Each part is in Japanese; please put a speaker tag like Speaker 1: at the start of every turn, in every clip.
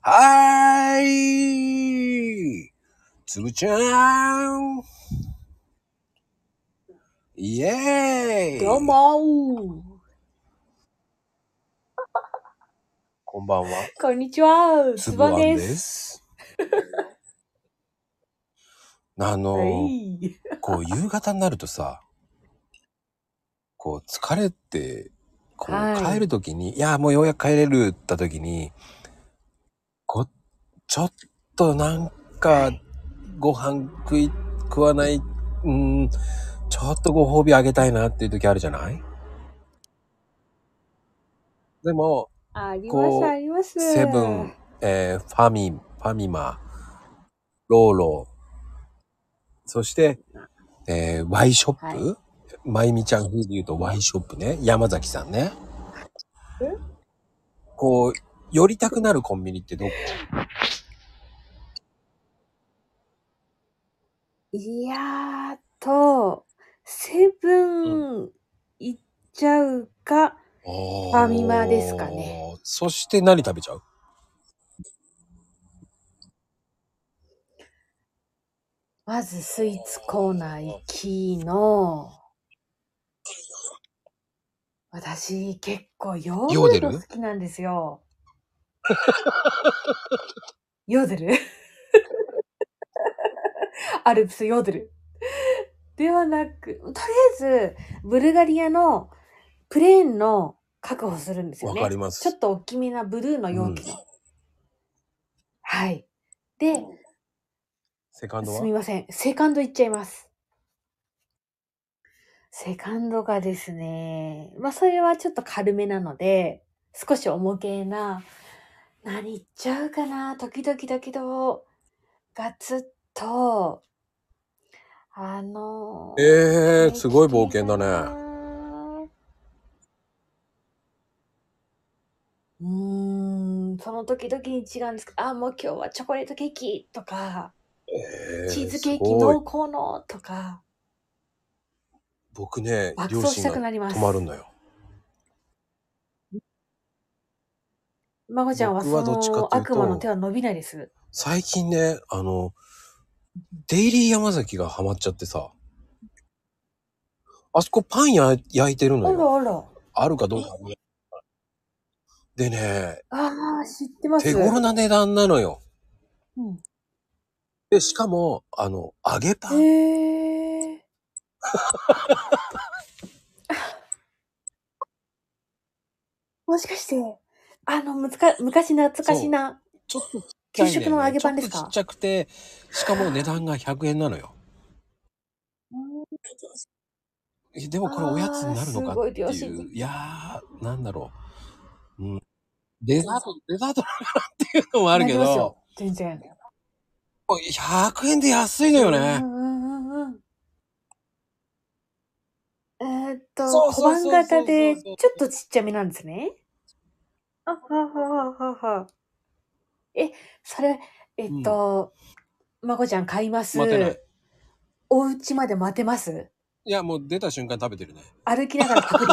Speaker 1: はーいつぶちゃんイエーイ
Speaker 2: どうも
Speaker 1: こんばんは。
Speaker 2: こんにちはつば
Speaker 1: あん
Speaker 2: です。
Speaker 1: す。あの、
Speaker 2: はい。
Speaker 1: こう、夕方になるとさ、こう、疲れて、こう、
Speaker 2: はい
Speaker 1: 帰るときに、い、や、もうようやく帰れるったときに、こう、ちょっとなんか、ご飯食い、食わない、うん、ちょっとご褒美あげたいなっていう時あるじゃないでも、
Speaker 2: あります
Speaker 1: こう
Speaker 2: あります。
Speaker 1: セブン、えーファミ、ファミマ、ローロー、そして、えー、ワイショップ、まゆみちゃん風で言うとワイショップね、山崎さんね。
Speaker 2: え
Speaker 1: こう、寄りたくなるコンビニってどこ
Speaker 2: いやーと、セブン行っちゃうか。
Speaker 1: フ
Speaker 2: ァミマですかね。
Speaker 1: そして何食べちゃう
Speaker 2: まずスイーツコーナー行きの。私結構ヨーグルト
Speaker 1: ヨーデル
Speaker 2: 好きなんですよ。ヨーデル アルプスヨーデル。ではなく、とりあえず、ブルガリアのプレーンの確保するんですよ
Speaker 1: わ
Speaker 2: ね。
Speaker 1: かりま
Speaker 2: ちょ
Speaker 1: す。
Speaker 2: っと大きめなブルーの容器の。
Speaker 1: う
Speaker 2: はい。で、
Speaker 1: セカンド
Speaker 2: す
Speaker 1: は
Speaker 2: みません。セカンドいっちゃいます。セカンドがですね、まあそれはちょっと軽めなので、少し重けな、何いっちゃうかな、時々だけど、ガツッと、あの
Speaker 1: えー、すごい冒険だね。
Speaker 2: ね。うーん、その時々に違うんですけど、あ、もう今日はチョコレートケーキとか、
Speaker 1: え
Speaker 2: チーズケー
Speaker 1: す
Speaker 2: キ
Speaker 1: ごい
Speaker 2: 濃厚のとか、
Speaker 1: 僕ね、
Speaker 2: 爆
Speaker 1: 両
Speaker 2: 走し
Speaker 1: 親
Speaker 2: たく
Speaker 1: が
Speaker 2: なります。
Speaker 1: 泊まるんだよ。
Speaker 2: まこちゃんは
Speaker 1: 僕は
Speaker 2: そ
Speaker 1: どっちか
Speaker 2: の
Speaker 1: っていうと
Speaker 2: 悪魔の手は伸びないです。
Speaker 1: 最近ね、あの、デイリー山崎がハマっちゃってさ、あそこパンや焼いてる
Speaker 2: あ
Speaker 1: のよ。
Speaker 2: らあら。
Speaker 1: あるかどうか。でね、
Speaker 2: ああ、知ってます。
Speaker 1: 手頃な値段なのよ。
Speaker 2: うん
Speaker 1: で、しかも、あの、揚げパン。
Speaker 2: へえ。もしかして、あの、むつか昔懐かしな。
Speaker 1: ちょっとちっちゃいんだよね、
Speaker 2: 給食の揚げパンですか
Speaker 1: ちょっとちっちゃくて、しかも値段が100円なのよ。えでもこれおやつになるのかってい
Speaker 2: あーすごい
Speaker 1: う。
Speaker 2: 良心
Speaker 1: いやー、なんだろう。うん。デザート、デザートなのかなっていうのもあるけ
Speaker 2: なります
Speaker 1: ど
Speaker 2: よ、全然。
Speaker 1: 100円で安いのよ
Speaker 2: う
Speaker 1: ね。
Speaker 2: んうんうんうん。えーっと、
Speaker 1: そう
Speaker 2: 小
Speaker 1: そうそう
Speaker 2: 判
Speaker 1: そう
Speaker 2: 型で、ちょっとちっちゃめなんですね。あははははは。え、それ、えっと、まこちゃん買います。
Speaker 1: 待てない。
Speaker 2: お家まで待てます
Speaker 1: いや、もう出た瞬間食べてるね。
Speaker 2: 歩きながらパクリ。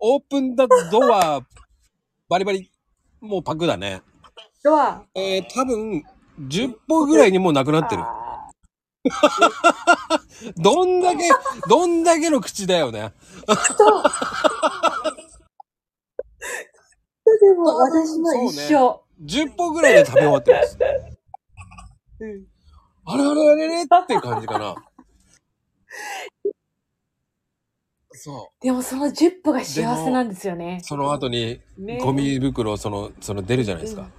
Speaker 1: オープンだドア、バリバリ、もうパクだね。
Speaker 2: ド ア。
Speaker 1: えー、多分、10歩ぐらいにもうなくなってる。
Speaker 2: あ
Speaker 1: どんだけ、どんだけの口だよね。
Speaker 2: ーっと。でも私も一緒。
Speaker 1: 10歩ぐらいで食べ終わって ます。
Speaker 2: うん
Speaker 1: あれあれあれあれっていう感じかな。そ
Speaker 2: でもその10歩が幸せなんですよね
Speaker 1: う。。その後に、
Speaker 2: ね
Speaker 1: ゴミ袋、その、その出るじゃないですか。
Speaker 2: うんうん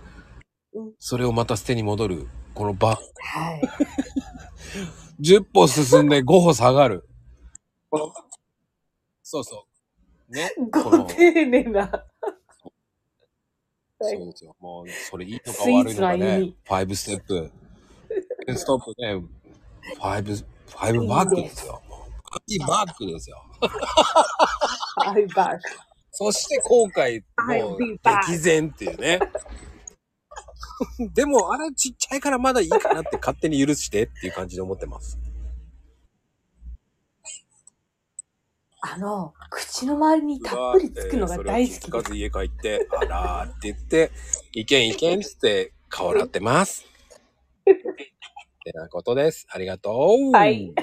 Speaker 1: それをまた捨てに戻る。この場。
Speaker 2: はい。
Speaker 1: 10歩進んで5歩下がる。この そうそう。ね。こ
Speaker 2: ご
Speaker 1: の
Speaker 2: 丁寧な。
Speaker 1: そうですよ。もう、それいいのか
Speaker 2: スイー
Speaker 1: 悪いの
Speaker 2: ツの
Speaker 1: か
Speaker 2: 歩
Speaker 1: ね
Speaker 2: み。
Speaker 1: ファイブステップ。 ストップね。ファイブ、ファイブバックですよ。いいバックですよ。
Speaker 2: I'll be back.
Speaker 1: そして後悔、も
Speaker 2: I'll
Speaker 1: う
Speaker 2: be、back.
Speaker 1: 激然っていうね。でも、あれちっちゃいからまだいいかなって勝手に許してっていう感じで思ってます。
Speaker 2: あの、口の周りにたっぷりつくのが大好
Speaker 1: え
Speaker 2: き
Speaker 1: ーそれを気づ
Speaker 2: で
Speaker 1: か
Speaker 2: す。
Speaker 1: ず家帰って、あらーって言って、いけんいけんっつって 顔洗ってます。ってなことです。ありがとう。
Speaker 2: はい。